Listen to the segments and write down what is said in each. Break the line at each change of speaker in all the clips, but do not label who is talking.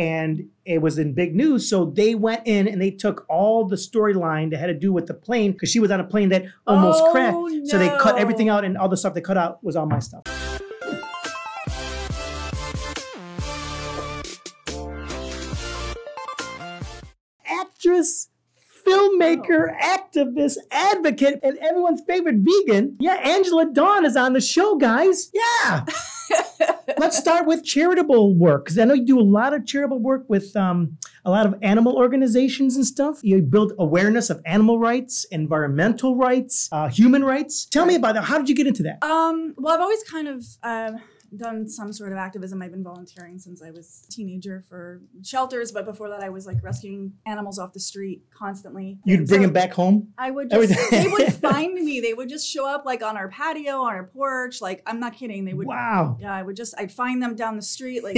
and it was in big news. So they went in and they took all the storyline that had to do with the plane because she was on a plane that almost
Oh,
crashed. So they cut
no.
everything out, and all the stuff they cut out was all my stuff. Actress, filmmaker,
Oh.
activist, advocate, and everyone's favorite vegan. Yeah, Angela Dawn is on the show, guys. Yeah. Let's start with charitable work because I know you do a lot of charitable work with um, a lot of animal organizations and stuff. You build awareness of animal rights, environmental rights, uh, human rights. Tell me about that. How did you get into that?
Um, well, I've always kind of um done some sort of activism. I've been volunteering since I was a teenager for shelters, but before that, I was like rescuing animals off the street constantly.
You'd bring
So
them back home.
I would
Every
just,
day.
they would find me. They would just show up like on our patio, on our porch. Like, I'm not kidding. They would,
Wow.
yeah, I would just, I'd find them down the street, like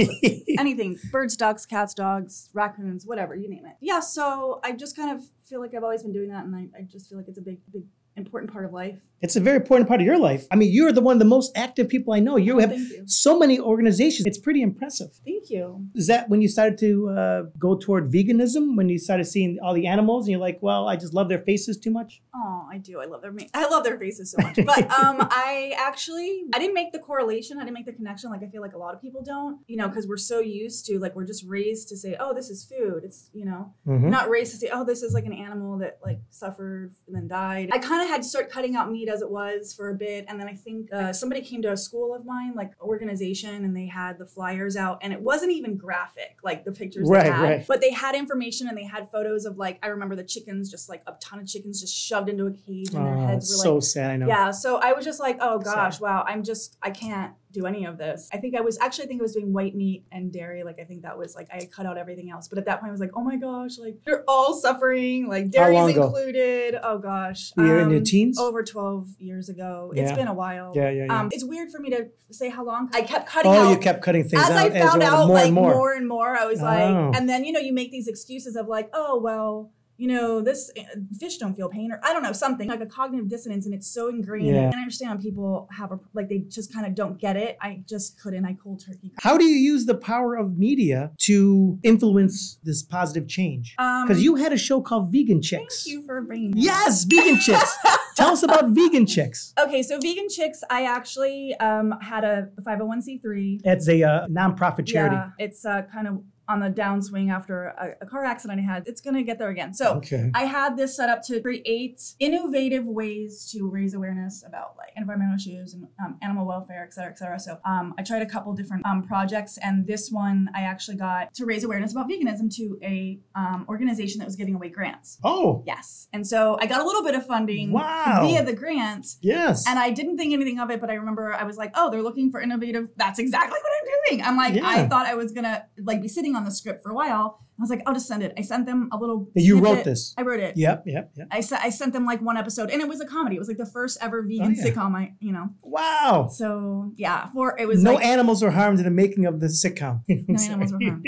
anything birds, ducks, cats, dogs, raccoons, whatever, you name it. Yeah, so I just kind of feel like I've always been doing that, and I, I just feel like it's a big, big, important part of life.
it's a very important part of your life. I mean, you're the one of the most active people I know. You have
Thank you.
so many organizations. It's pretty impressive.
Thank you.
Is that when you started to uh, go toward veganism? When you started seeing all the animals and you're like, well, I just love their faces too much?
Oh, I do. I love their ma- I love their faces so much. But um, I actually I didn't make the correlation. I didn't make the connection. Like I feel like a lot of people don't. You know, because we're so used to like we're just raised to say, oh, this is food. It's you know
Mm-hmm.
not raised to say, oh, this is like an animal that like suffered and then died. I kind of had to start cutting out meat as it was for a bit, and then I think uh, somebody came to a school of mine, like organization, and they had the flyers out, and it wasn't even graphic, like the pictures
Right,
they had,
right.
but they had information and they had photos of like I remember the chickens, just like a ton of chickens just shoved into a cage, and their
Oh,
heads were
so
like.
sad. I know.
Yeah, so I was just like, oh
Sad.
gosh, wow, I'm just, I can't do any of this. I think I was actually, I think I was doing white meat and dairy. Like, I think that was like, I had cut out everything else. But at that point, I was like, oh my gosh, like, they're all suffering. Like,
How long
dairy's
ago?
included. Oh gosh.
Were you in your
Um,
teens?
Over 12 years ago. It's
Yeah.
been a while.
yeah, yeah, yeah.
Um, it's weird for me to say how long. I kept cutting out
oh, you kept cutting things
as
out
I
as
found
you went
out,
more
like
and
more.
more.
and more, I was
Oh.
like, and then you know, you make these excuses of like, oh well, you know, this uh, fish don't feel pain, or I don't know, something like a cognitive dissonance, and it's so ingrained.
Yeah.
And I understand people have a like they just kind of don't get it. I just couldn't. I cold turkey.
How do you use the power of media to influence this positive change?
Um,
Because you had a show called Vegan
thank
Chicks.
you for bringing. that up.
Yes, Vegan Chicks. Tell us about Vegan Chicks.
Okay, so vegan chicks, I actually um, had a 501c3
That's a uh, nonprofit charity.
Yeah, it's uh, kind of on the downswing after a, a car accident I had. It's gonna get there again. So
Okay.
I had this set up to create innovative ways to raise awareness about like environmental issues and um, animal welfare, et cetera, et cetera. So um, I tried a couple different um, projects, and this one I actually got to raise awareness about veganism to a um, organization that was giving away grants.
Oh,
Yes, and so I got a little bit of funding
Wow.
via the grants.
yes.
And I didn't think anything of it, but I remember I was like, "Oh, they're looking for innovative." That's exactly what I'm doing. I'm like,
Yeah.
I thought I was gonna like be sitting on the script for a while. I was like, "I'll just send it." I sent them a little.
you wrote
snippet.
this.
I wrote it.
Yep, yep, yep.
I, se- I sent them like one episode and it was a comedy. It was like the first ever vegan
Oh, yeah.
sitcom I, you know.
Wow.
So yeah, for it was
No e-,
like,
animals were harmed in the making of the sitcom.
no animals were harmed.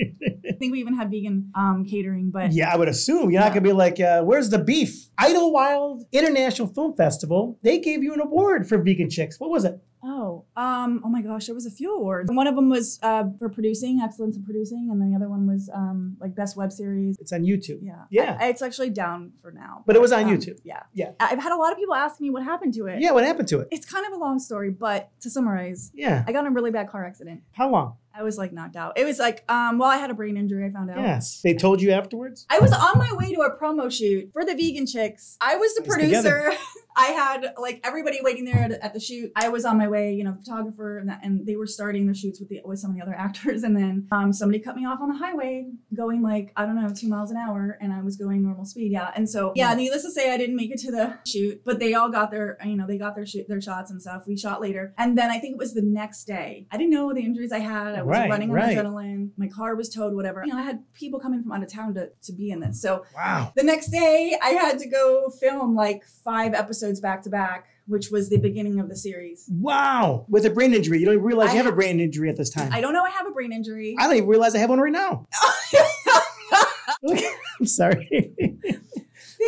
I think we even had vegan um, catering, but
Yeah, I would assume. You're not
Yeah.
going to be like, uh, where's the beef? Idlewild International Film Festival, they gave you an award for Vegan Chicks. What was it?
oh, um, oh my gosh, there was a few awards. One of them was uh, for producing, excellence in producing, and then the other one was um, like best web series.
It's on YouTube.
Yeah,
Yeah.
I- it's actually down for now.
But it was on
um,
YouTube.
Yeah,
Yeah.
I- I've had a lot of people ask me what happened to it.
Yeah, what happened to it?
it's kind of a long story, but to summarize,
Yeah.
I got in a really bad car accident.
How long?
I was like knocked out. It was like, um, well, I had a brain injury. I found out.
Yes. They told you afterwards?
I was on my way to a promo shoot for the Vegan Chicks. I was the
Nice together.
producer. I had like everybody waiting there at, at the shoot. I was on my way, you know, the photographer, and, that, and they were starting the shoots with the with some of the other actors. And then um, somebody cut me off on the highway, going like I don't know, two miles an hour, and I was going normal speed. Yeah, and so yeah, needless to say, I didn't make it to the shoot, but they all got their, you know, they got their shoot, their shots and stuff. We shot later, and then I think it was the next day. I didn't know the injuries I had. I was
Right,
running on
right.
adrenaline. My car was towed. Whatever. You know, I had people coming from out of town to to be in this. So
Wow.
the next day, I had to go film like five episodes back to back, which was the beginning of the series.
Wow. With a brain injury. You don't even realize
I
you have a
ha-
brain injury at this time.
I don't know I have a brain injury.
I don't even realize I have one right now. Look, I'm sorry.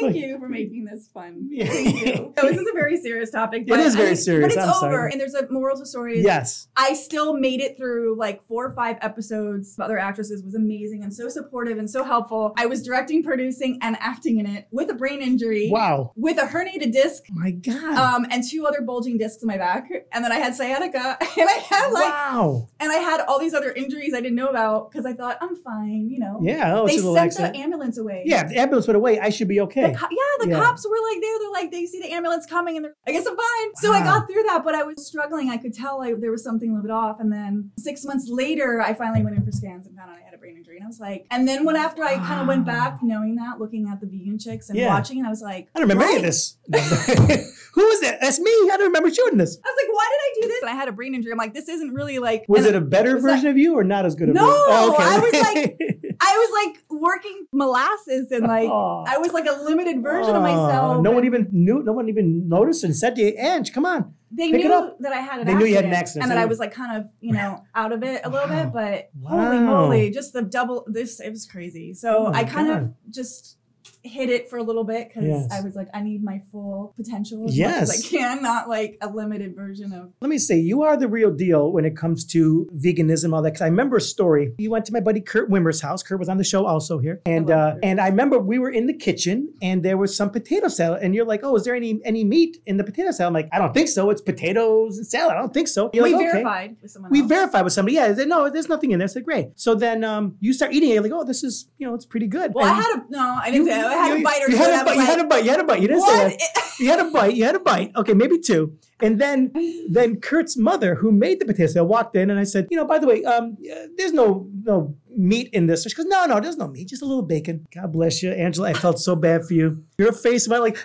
Thank you for making this fun.
Yeah.
Thank you. So this is a very serious topic.
It
But
is very
I-
serious,
But
I'm
it's over,
sorry.
and there's a moral to the story. is
Yes.
I still made it through like four or five episodes. of Other actresses was amazing and so supportive and so helpful. I was directing, producing, and acting in it with a brain injury,
Wow.
with a herniated disc,
My God.
um, and two other bulging discs in my back, and then I had sciatica, and I had like,
wow.
and I had all these other injuries I didn't know about because I thought I'm fine, you know.
Yeah. Oh,
they
it's a
sent
little
the
accident. ambulance.
ambulance away.
Yeah, if the ambulance went away. I should be
The
okay.
co- yeah, the
Yeah.
cops were like there. They're like they see the ambulance coming, and they're I guess I'm fine. So I
Wow.
got through that, but I was struggling. I could tell I, there was something a little bit off. And then six months later, I finally went in for scans and found out I had a brain injury. And I was like, and then when after I kind of went back, knowing that, looking at the vegan chicks and
Yeah.
watching, and I was like,
I don't remember any of
"Right."
this. Who is that? That's me. I don't remember shooting this.
I was like, why did I do this? And I had a brain injury. I'm like, this isn't really like.
Was
and
it a better
was that-
version of you or not as good of
No,
you? Oh,
I was I was like working molasses and like.
Aw.
I was like a limited version
Aw.
of myself.
No one e-,
and
even knew. No one even noticed and said to you, Ange, come on.
they
pick it
knew
up.
that I had an
They
accident.
knew you had an accident,
And
so
that I
you-
was like kind of, you know, out of it a little
Wow.
bit, but holy
Wow.
moly, just the double this it was crazy. So
Oh my
I kind
God.
of just hid it for a little bit because
Yes.
I was like, I need my full potential as much as
Yes.
I can, not like a limited version of
Let me say, you are the real deal when it comes to veganism, all that. Because I remember a story. You went to my buddy Kurt Wimmer's house. Kurt was on the show also here, and
love
uh,
Kurt.
and I remember we were in the kitchen and there was some potato salad, and you're like, "Oh, is there any any meat in the potato salad?" I'm like, "I don't think so. It's potatoes and salad. I don't think so." You're
we
like, "Okay."
verified with someone
We
else.
verified with somebody. Yeah, they said, no, there's nothing in there. I said, great. So then um, you start eating it. You're like, oh, this is, you know, it's pretty good.
well, I
And
had a no, I didn't say I had a
you-
bite or
you
two.
had
and
a
I was
bite. You had a bite. You had a bite. You didn't
like,
say that.
what?
You had a bite. You had a bite. Okay, maybe two. And then, then Kurt's mother, who made the potato salad, walked in, and I said, "You know, by the way, um, uh, there's no no meat in this." She goes, "No, no, there's no meat. Just a little bacon." God bless you, Angela. I felt so bad for you. Your face, went like,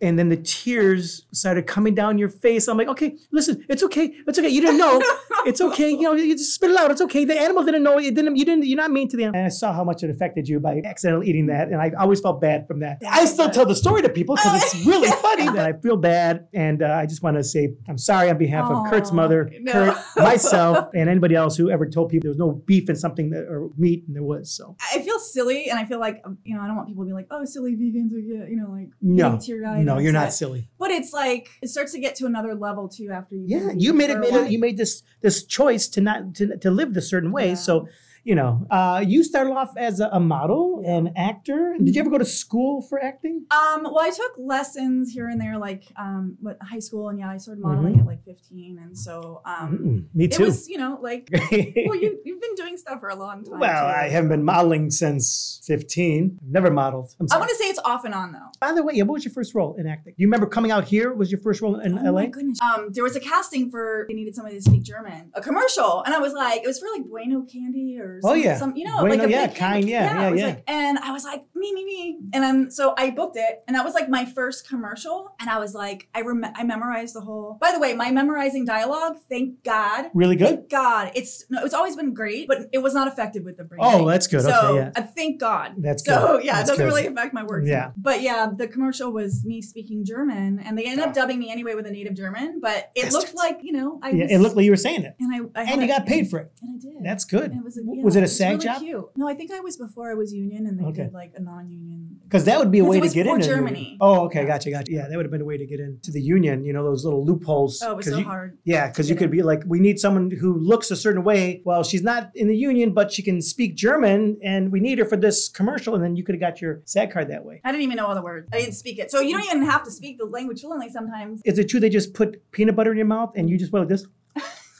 and then the tears started coming down your face. I'm like, "Okay, listen, it's okay. It's okay. You didn't know. It's okay. You know, you just spit it out. It's okay. The animal didn't know. It didn't. You didn't. You're not mean to the animal." And I saw how much it affected you by accidentally eating that, and I always felt bad from that. I still tell the story to people because it's really funny. And I feel bad, and uh, I just want to say I'm sorry on behalf of Kurt's
Aw,
mother,
no.
Kurt, myself, and anybody else who ever told people there was no beef in something that, or meat, and there was. So
I feel silly and I feel like um, you know, I don't want people to be like, oh silly vegans are yeah, you know, like
No.
tear eyed.
no, you're not silly.
But it's like it starts to get to another level too after you.
Yeah, you made it. Made
it.
it you made this this choice to not to, to live this certain way.
Yeah.
So. You know, uh, you started off as a, a model, an actor. Did you ever go to school for acting?
Um, well, I took lessons here and there, like um, what high school, and yeah, I started modeling at like 15, and so um,
Mm, Mm-hmm. me
it
too.
was, you know, like well, you you've been doing stuff for a long time.
well,
too.
I haven't been modeling since 15. I've never modeled. I'm
I
sorry.
want to say it's off and on though.
By the way, yeah, what was your first role in acting? You remember coming out here was your first role in
Oh
LA?
my goodness. Um, there was a casting for they needed somebody to speak German, a commercial, and I was like, it was for like Bueno Candy or
Oh,
some,
yeah.
some you know,
Bueno,
like a
yeah,
big candy-
kind, yeah, yeah,
it was
yeah.
Like, and I was like, me, me, me, and then so I booked it, and that was like my first commercial, and I was like, I rem- I memorized the whole. By the way, my memorizing dialogue, thank God.
Really good?
Thank God, it's no, it's always been great, but it was not effective with the brain.
Oh,
thing.
that's good.
So
okay, yeah.
uh, thank God.
That's
so
good.
yeah,
That's
it doesn't
good.
really affect my work.
Yeah.
But yeah, the commercial was me speaking German, and they ended up dubbing me anyway with a native German. But it looked
Bastards.
like you know I
Yeah,
was,
it looked like you were saying it.
and I, I had
And you
a-
got paid for it.
and I did.
That's good.
and it was a,
W-
yeah,
was it a
was
sag
really
job?
Cute. No, I think I was before I was union, and they
Okay.
did like a non-union.
Because that would be a
'Cause
way
it
to
was
get
for
in. there.
Germany.
Oh, okay,
Yeah.
gotcha, gotcha. Yeah, that would have been a way to get into the union. You know those little loopholes.
Oh, it was
'Cause
so
you-
hard.
Yeah, because you
Yeah.
could be like, we need someone who looks a certain way. Well, she's not in the union, but she can speak German, and we need her for this commercial. And then you could have got your SAG card that way.
I didn't even know all the words. I didn't speak it, so you don't even have to speak the language fluently sometimes.
Is it true they just put peanut butter in your mouth and you just went like this,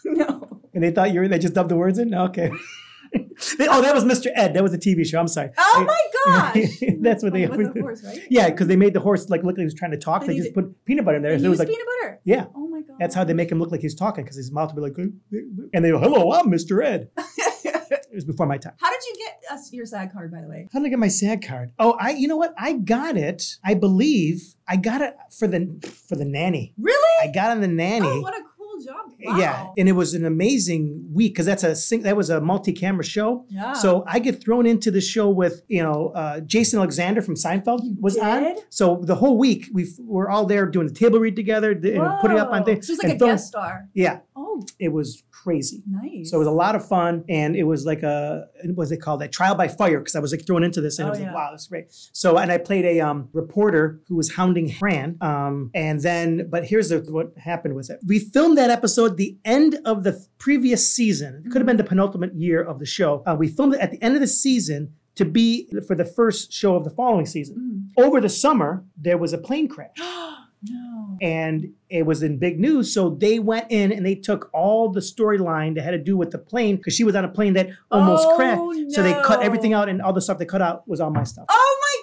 no.
and they thought you were they just dubbed the words in? Okay. They- oh, that was Mr. Ed. That was a TV show. I'm sorry.
Oh
They-
my gosh.
That's what they
It was a horse, right?
Yeah, because they made the horse like look like he was trying to talk. They,
They
just
did-
put peanut butter in there.
And
So
you
it was
used
like,
peanut butter.
yeah.
Oh my god.
That's how they make him look like he's talking because his mouth would be like, and they go, hello, I'm Mr. Ed. It was before my time.
How did you get us your SAG card, by the way?
How did I get my SAG card? Oh, I you know what? I got it. I believe I got it for the for the nanny.
Really?
I got on the nanny.
Oh, what a cool job! Wow.
Yeah, and it was an amazing week because that's a sing- that was a multi-camera show.
Yeah.
So I get thrown into the show with you know uh, Jason Alexander from Seinfeld was on.
did?
So the whole week we we're all there doing the table read together, th- you know, putting up on
Whoa.
things.
She was like
and
a
throwing-
guest star.
Yeah,
Oh Cool.
It was crazy.
Nice.
So it was a lot of fun, and it was like a what was it called? A trial by fire because I was like thrown into this, and I
Oh,
was like,
yeah.
wow, this is great. So and I played a um, reporter who was hounding Fran, um, and then but here's the, what happened with it. We filmed that episode the end of the previous season. It could have been the
Mm-hmm.
penultimate year of the show. Uh, we filmed it at the end of the season. To be for the first show of the following season.
Mm.
Over the summer, there was a plane crash
no.
and it was in big news. So they went in and they took all the storyline that had to do with the plane because she was on a plane that almost
Oh,
crashed. So they cut
no.
everything out, and all the stuff they cut out was all my stuff.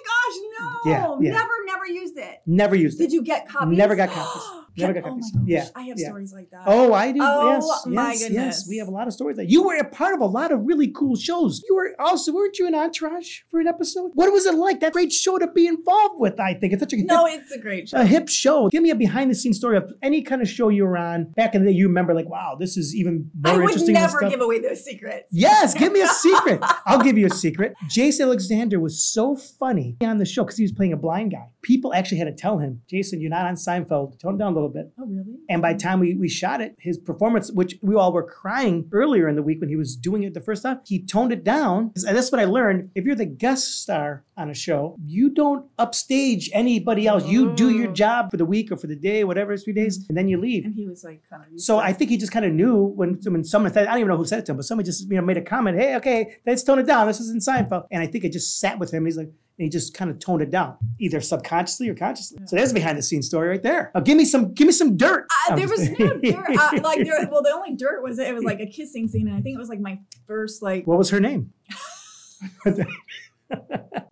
Oh my gosh, no.
Yeah, yeah.
Never, never used it.
Never used it.
Did you get copies?
Never got copies. Never got
Oh my
copies.
gosh,
Yeah,
I have
yeah.
stories like that.
Oh, I do.
Oh,
yes,
my
yes, yes.
goodness.
We have a lot of stories. That you were a part of a lot of really cool shows. You were also weren't you an entourage for an episode? What was it like? That great show to be involved with. I think it's such a hip-
No, it's a great show.
a hip show. Give me a behind the scenes story of any kind of show you were on back in the day. You remember, like, wow, this is even more
I would
interesting. than
never
stuff.
give away those secrets.
Yes, give me a secret. I'll give you a secret. Jason Alexander was so funny on the show because he was playing a blind guy. People actually had to tell him, Jason, you're not on Seinfeld. Tone it down a little bit.
Oh, really?
And by the time we, we shot it, his performance, which we all were crying earlier in the week when he was doing it the first time, he toned it down. And that's what I learned. If you're the guest star on a show, you don't upstage anybody else. You do your
Mm.
job for the week or for the day, whatever it's three days, and then you leave.
And he was like kind of. used
So
to it.
I think he just kind of knew when, when someone said, I don't even know who said it to him, but somebody just you know made a comment, hey, okay, let's tone it down. This isn't Seinfeld. And I think it just sat with him. He's like, and he just kind of toned it down, either subconsciously or consciously. So there's a behind the scenes story right there. Now give me some, give me some dirt.
Uh,
I'm
there was
just-
no dirt. Uh, like there, well, the only dirt was it was like a kissing scene, and I think it was like my first like.
what was her name?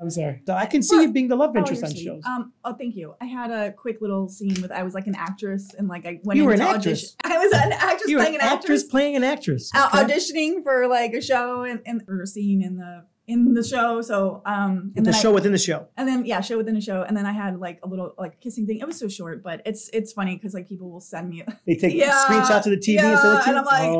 I'm sorry. So I can see
Well,
you being the love
Oh,
interest
you're
on
sweet.
shows.
Um. Oh, thank you. I had a quick little scene with I was like an actress, and like I went
You were
into
an
audition.
actress.
I was an actress
You're
playing
an actress playing an actress.
uh,
okay?
auditioning for like a show and, and or a scene in the in the show. So um. And
the
then I-
show within the show.
and then yeah, show within a show, and then I had like a little like kissing thing. It was so short, but it's it's funny because like people will send me
They take
Yeah,
screenshots of the TV and send it to
and
you?
I'm like,
Oh,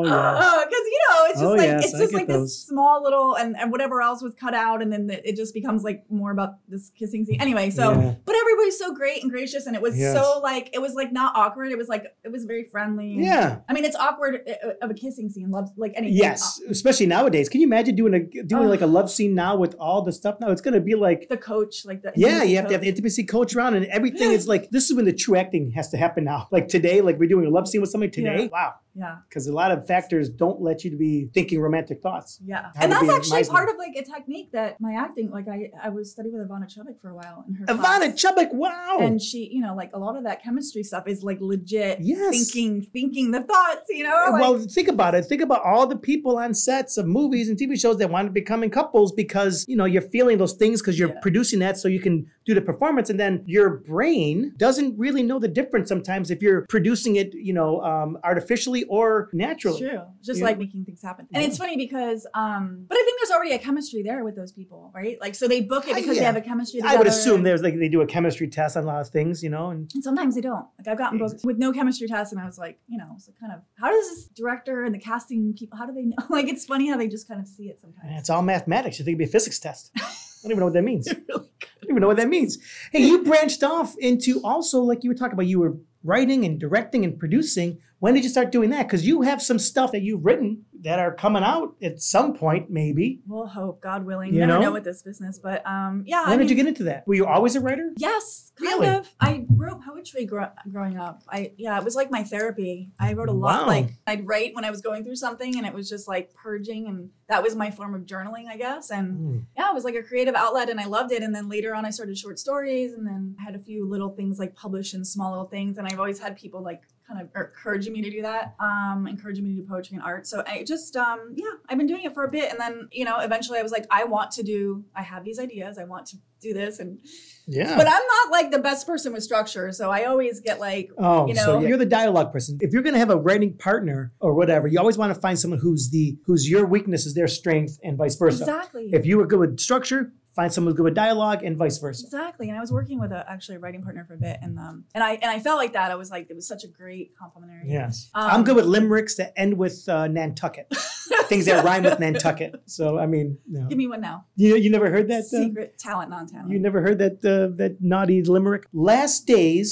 yeah.
because you know, it's just
Oh,
like
yes,
it's
I
just
get
like
those.
this small little and, and whatever else was cut out, and then the, it just becomes like more about this kissing scene. Anyway, so
Yeah.
but everybody's so great and gracious, and it was
Yes.
so like it was like not awkward. It was like it was very friendly.
yeah.
I mean, it's awkward uh, of a kissing scene, love like any
Yes, especially nowadays. Can you imagine doing a doing
Ugh.
like a love scene now with all the stuff? Now it's gonna be like,
uh, the coach like the
yeah,
intimacy
you have to have the
coach.
intimacy coach around and everything. It's like this is when the true acting has to happen now. Like today, like we're doing a love scene with somebody today.
Yeah.
Wow,
yeah
because a lot of factors don't let you to be thinking romantic thoughts.
yeah,
How
and
to
that's
be a
actually
Meisner.
part of like a technique that my acting like I I was studying with Ivana Chubbuck for a while in her class.
Ivana Chubbuck, wow.
and she you know like a lot of that chemistry stuff is like legit
Yes.
thinking thinking the thoughts you know like,
well, think about it. Think about all the people on sets of movies and TV shows that want to become in couples because you know you're feeling those things because you're
Yeah.
producing that so you can do the performance, and then your brain doesn't really know the difference sometimes if you're producing it, you know, um, artificially or
it's
naturally.
true just
Yeah.
like making things happen and
Yeah.
it's funny because um but i think there's already a chemistry there with those people right like so they book it
Ah,
because
yeah.
they have a chemistry together
I would assume
and-
there's like they do a chemistry test on a lot of things, you know, and
and sometimes they don't like i've gotten booked with no chemistry test and i was like you know it's like kind of how does this director and the casting people how do they know like it's funny how they just kind of see it sometimes
it's all mathematics. You think it'd be a physics test? I don't even know what that means.
really
I don't even know what that means. Hey, you branched off into also like you were talking about. You were writing and directing and producing. When did you start doing that? Because you have some stuff that you've written that are coming out at some point, maybe.
we'll hope god willing
You
you never
know?
know? with this business but um yeah
When
I
did
mean,
you get into that? Were you always a writer?
Yes, kind
Really?
of. I wrote poetry grow- growing up. I yeah, it was like my therapy. I wrote a
Wow.
lot. Like I'd write when I was going through something, and it was just like purging, and that was my form of journaling, I guess. And
Mm.
yeah, it was like a creative outlet, and I loved it. And then later on, I started short stories, and then I had a few little things like published and small little things. And I've always had people like kind of encouraging me to do that, um, encouraging me to do poetry and art. So I just um, yeah, I've been doing it for a bit, and then you know, eventually, I was like, I want to do. I have these ideas. I want to do this, and
Yeah.
but I'm not like the best person with structure, so I always get like
Oh,
you
so
know-
you're the dialogue person. If you're going to have a writing partner or whatever, you always want to find someone who's the who's your weakness is their strength, and vice versa.
exactly,
If you were good with structure, find someone who's good with dialogue, and vice versa.
exactly. And I was working with a, actually a writing partner for a bit, and um, and I and I felt like that. I was like, it was such a great complimentary.
Yes.
Um,
I'm good with limericks that end with uh, Nantucket. Things that rhyme with Nantucket. So I mean, no.
Give me one now.
you you never heard that. Uh,
Secret talent, non-talent.
you never heard that uh, that naughty limerick. Last days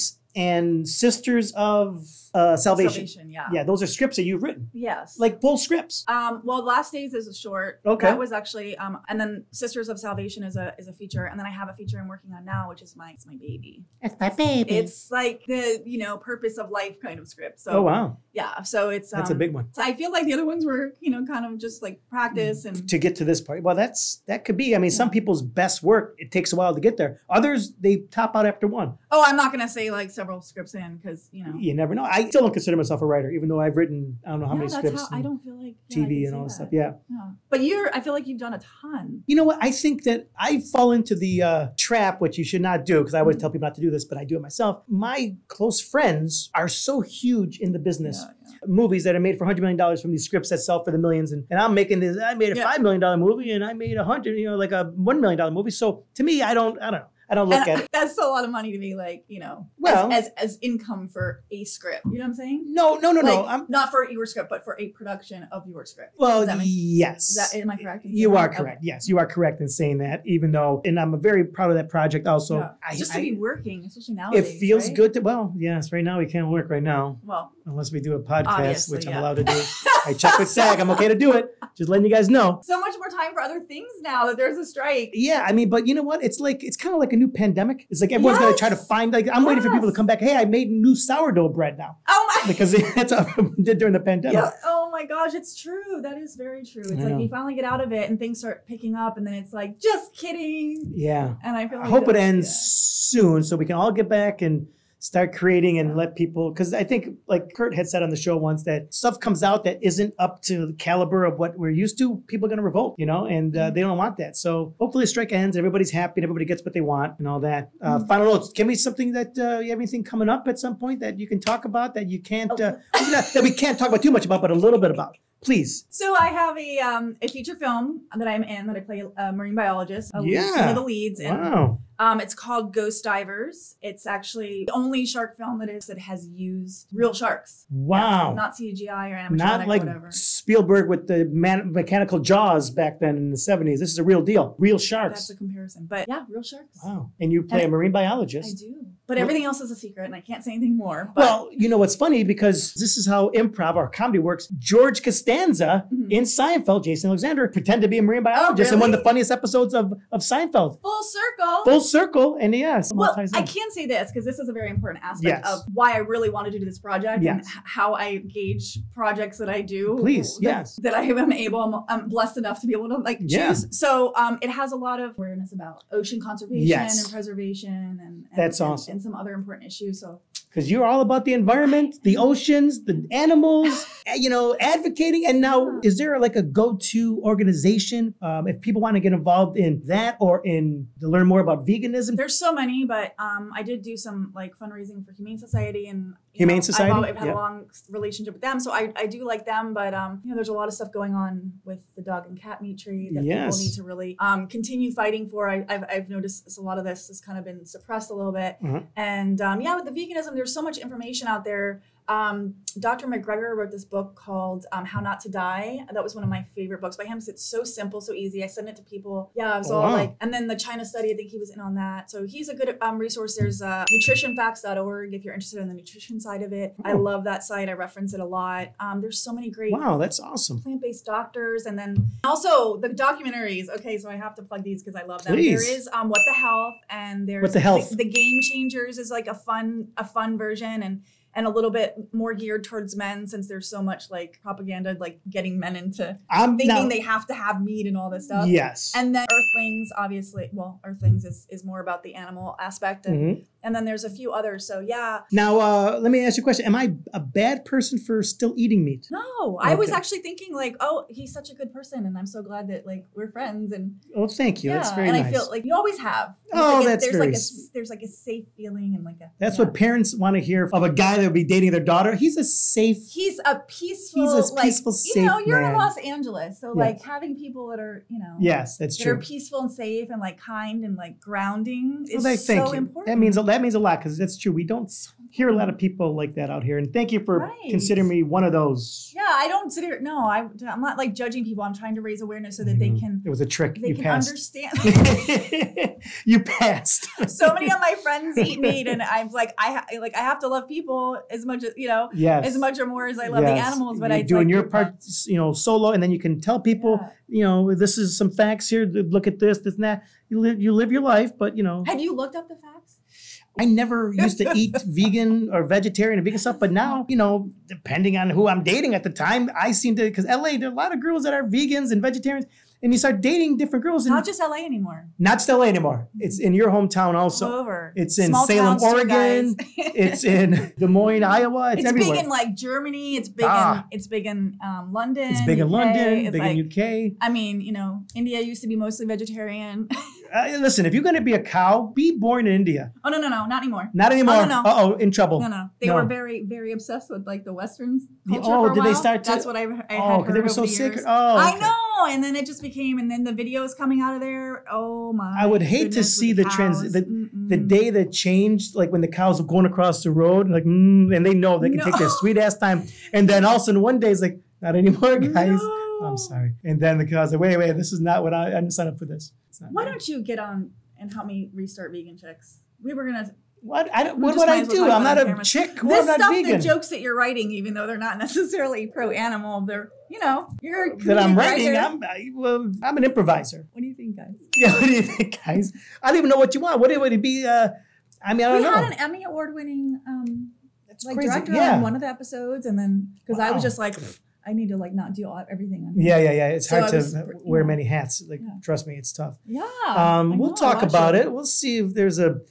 and Sisters of uh, Salvation.
yeah.
Yeah, those are scripts that you've written,
Yes.
like full scripts.
Um, well, Last Days is a short.
Okay.
That was actually, um, and then Sisters of Salvation is a is a feature, and then I have a feature I'm working on now, which is my it's my baby.
That's my baby.
It's like the you know purpose of life kind of script. So
oh wow,
yeah. So it's um,
that's a big one.
So I feel like the other ones were you know kind of just like practice and
To get to this part, well, that's that could be. I mean, some people's best work it takes a while to get there. Others they top out after one.
oh I'm not gonna say like several scripts in because you know
You never know. I still don't consider myself a writer, even though I've written I don't know how
Yeah,
many
that's
scripts,
how I
and
don't feel like yeah, I
TV,
can
and all this
say
stuff.
that.
Yeah.
Yeah. But you're I feel like you've done a ton.
You know what? I think that I fall into the uh, trap, which you should not do, because I
Mm-hmm.
always tell people not to do this, but I do it myself. My close friends are so huge in the business.
Yeah, yeah.
Movies that are made for $100 million from these scripts that sell for the millions. And, and I'm making this, I made a
Yeah.
$5 million movie and I made a hundred, you know, like a $1 million movie. So to me, I don't, I don't know. I don't look
And
at it.
That's a lot of money to be like, you know,
Well-
as, as as income for a script. You know what I'm saying?
No, no, no, no.
Like,
I'm,
not for your script, but for a production of your script.
well,
Does that make-
yes.
is that am I correct? in
you
saying
are
that?
correct. Yes, you are correct in saying that, even though, and I'm very proud of that project also.
Okay. Yeah.
I-
just
I-
to be working, especially now.
it feels good to, well, yes, right now we can't work right now.
Well,
unless we do a podcast,
Obviously,
which I'm
yeah.
allowed to do. I check with SAG. I'm okay to do it. Just letting you guys know.
so much more time for other things now that there's a strike.
Yeah, I mean, but you know what? It's like it's kind of like a new pandemic. It's like everyone's gonna try to
Yes.
find. Like I'm waiting for people to
Yes.
come back. Hey, I made new sourdough bread now
Oh my.
because that's what we did during the pandemic.
Yeah. Oh my gosh, it's true. That is very true. It's
I
like
know.
you finally get out of it and things start picking up, and then it's like, just kidding.
Yeah.
And I feel.
I
Like
hope it
that's-
ends
yeah.
soon so we can all get back and start creating and
Yeah.
let people because I think like Kurt had said on the show once that stuff comes out that isn't up to the caliber of what we're used to. People are going to revolt, you know, and uh,
Mhm.
they don't want that. So hopefully, strike ends. Everybody's happy and everybody gets what they want and all that. Uh,
Mhm.
Final notes. Can we something that uh, you have anything coming up at some point that you can talk about that you can't
Oh.
uh, that that we can't talk about too much about, but a little bit about, please.
So I have a um, a feature film that I'm in that I play a marine biologist. A lead-
Yeah.
one of the leads. And
Wow.
um, it's called Ghost Divers. It's actually the only shark film that is that has used real sharks.
Wow.
Not CGI or animatronic
not like
or whatever.
Spielberg with the man- mechanical jaws back then in the 70s. This is a real deal, real
That's
sharks.
a comparison. But yeah, real sharks.
wow. And you play a marine
I
biologist.
do. But everything else is a secret and I can't say anything more. But
Well, you know what's funny because this is how improv or comedy works. George Costanza
Mhm.
in Seinfeld, Jason Alexander, pretended to be a marine biologist in one of the
Oh, really?
funniest episodes of, of Seinfeld.
full circle.
Full circle, E and yes, it all
well,
ties
I
in.
can say this because this is a very important aspect
Yes.
of why I really wanted to do this project and
Yes.
h- how I gauge projects that I do.
Please,
that,
yes.
That I am able, I'm, I'm blessed enough to be able to like choose.
Yeah.
So um, it has a lot of awareness about ocean conservation
Yes.
and preservation and, and
That's
and-
awesome.
and some other important issues. So
because you're all about the environment, the oceans, the animals, eh, you know, advocating. And now, is there like a go-to organization um, if people want to get involved in that or in to learn more about veganism?
There's so many, but um, I did do some like fundraising for Humane Society and you
Humane
know,
Society?
I've, always, I've had
Yeah.
a long relationship with them, so I, I do like them. But um, you know, there's a lot of stuff going on with the dog and cat meat trade that
Yes.
people need to really um, continue fighting for. I, I've I've noticed this- a lot of this has kind of been suppressed a little bit,
Uh-huh.
and um, yeah, with the veganism, there's so much information out there. Um, Dr. McGregor wrote this book called um, How Not to Die. That was one of my favorite books by him. 'cause It's so simple, so easy. I sent it to people. Yeah, it was
Oh,
all
wow.
like, and then the China study, I think he was in on that. So he's a good um, resource. There's uh, nutritionfacts.org if you're interested in the nutrition side of it. I
Oh.
love that site. I reference it a lot. Um, there's so many great
Wow, that's awesome.
plant-based doctors and then also the documentaries okay so i have to plug these because i love them
Please.
there is um what the health and there's
What the Health.
the, game changers is like a fun a fun version and and a little bit more geared towards men since there's so much like propaganda like getting men into
I'm
thinking
now,
they have to have meat and all this stuff
yes.
and then earthlings obviously well earthlings is, is more about the animal aspect and,
Mhm.
and then there's a few others so yeah
Now, uh, let me ask you a question. Am I a bad person for still eating meat?
no i was
Okay.
actually thinking like oh he's such a good person and i'm so glad that like we're friends and
Oh, thank you. that's very
and
nice.
I feel like you always have. It's
Oh,
like a-
that's
there's
very
like a s-
sweet.
there's like a safe feeling and like a
that's
yeah.
what parents want to hear of a guy that would be dating their daughter. He's a safe
he's a peaceful
He's a
like
peaceful,
you know
safe
you're
man.
in Los Angeles so
Yes.
like having people that are you know
Yes, that's
that are
true.
peaceful and safe and like kind and like grounding
Well,
is
they-
so important.
That means that that means a lot because that's true. We don't hear a lot of people like that out here. And thank you for
Right.
considering me one of those.
Yeah, I don't sit here. No, I, I'm not like judging people. I'm trying to raise awareness so that they
Mhm.
can
It was a trick.
they
you
can
passed.
understand.
you passed.
so many of my friends hate me, and I'm like, I ha- like I have to love people as much as you know,
Yes.
as much or more as I love the
Yes.
animals. But
You're
I it's
doing
like-
your part, you know, solo, and then you can tell people,
Yeah.
you know, this is some facts here. Look at this, this, and that. You live, you live your life, but you know,
Have you looked up the facts?
I never used to eat vegan or vegetarian and vegan stuff, but now, you know, depending on who I'm dating at the time, I seem to because LA, there are a lot of girls that are vegans and vegetarians, and you start dating different girls, and
Not just LA anymore.
not just LA anymore. It's in your hometown
So,
also.
over.
it's in
Small
Salem,
towns too,
Oregon.
guys.
It's in Des Moines, Iowa. It's,
It's,
everywhere.
big in like Germany. It's big
Ah.
in it's big in um, London.
it's big in
UK,
London,
It's
big
like,
in UK.
I mean, you know, India used to be mostly vegetarian.
Uh, listen, if you're going to be a cow, be born in India.
oh no, no, no, not anymore.
Not anymore.
no.
Uh oh, in trouble.
No, no, they
No.
were very, very obsessed with like the Western
Yeah,
culture.
oh,
for a
did they
while.
start to-
That's what I, I had
Oh,
heard
because they were
over
so
the
sick.
years.
Oh,
I
okay.
know, and then it just became, and then the videos coming out of there. Oh my!
I would hate to
goodness, with
see the trans-
cows.
the-
Mm-mm.
the day that changed, like when the cows were going across the road, like, mm, and they know they can
No.
take their sweet ass time. And then all of a sudden one day it's like, not anymore, guys.
No.
I'm sorry. And then the cows like, wait, wait, this is not what I, I didn't sign up for this. It's not
Why
me.
don't you get on and help me restart vegan chicks? We were gonna.
What, I don't,
We
what
just
would
might
I
as well
do?
talk
I'm
about
not
it
a
on camera.
chick.
this
We're
stuff,
not vegan.
the jokes that you're writing, even though they're not necessarily pro-animal, they're you know you're a
that I'm
comedic
writing,
writer.
I'm, I, well, I'm an improviser.
What do you think, guys?
Yeah, what do you think, guys? I don't even know what you want. What would it be? Uh, I mean, I don't
We
know.
had an Emmy award-winning um,
That's
like
crazy.
director
yeah.
on one of the episodes, and then because I
Wow.
was just like, I need to like not do all, everything. On
yeah, yeah, yeah. It's
So
hard
I
to
was-
wear
yeah.
many hats. Like,
Yeah.
trust me, it's tough.
yeah. I
Um, we'll
know, I
talk
watched
about it. We'll see if there's a,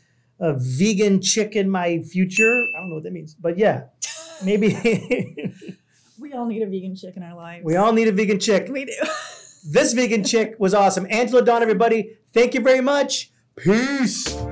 a vegan chick in my future. I don't know what that means, but yeah, maybe
We all need a vegan chick in our lives.
we all need a vegan chick.
we do.
This vegan chick was awesome. Angela Dawn, everybody, thank you very much. Peace.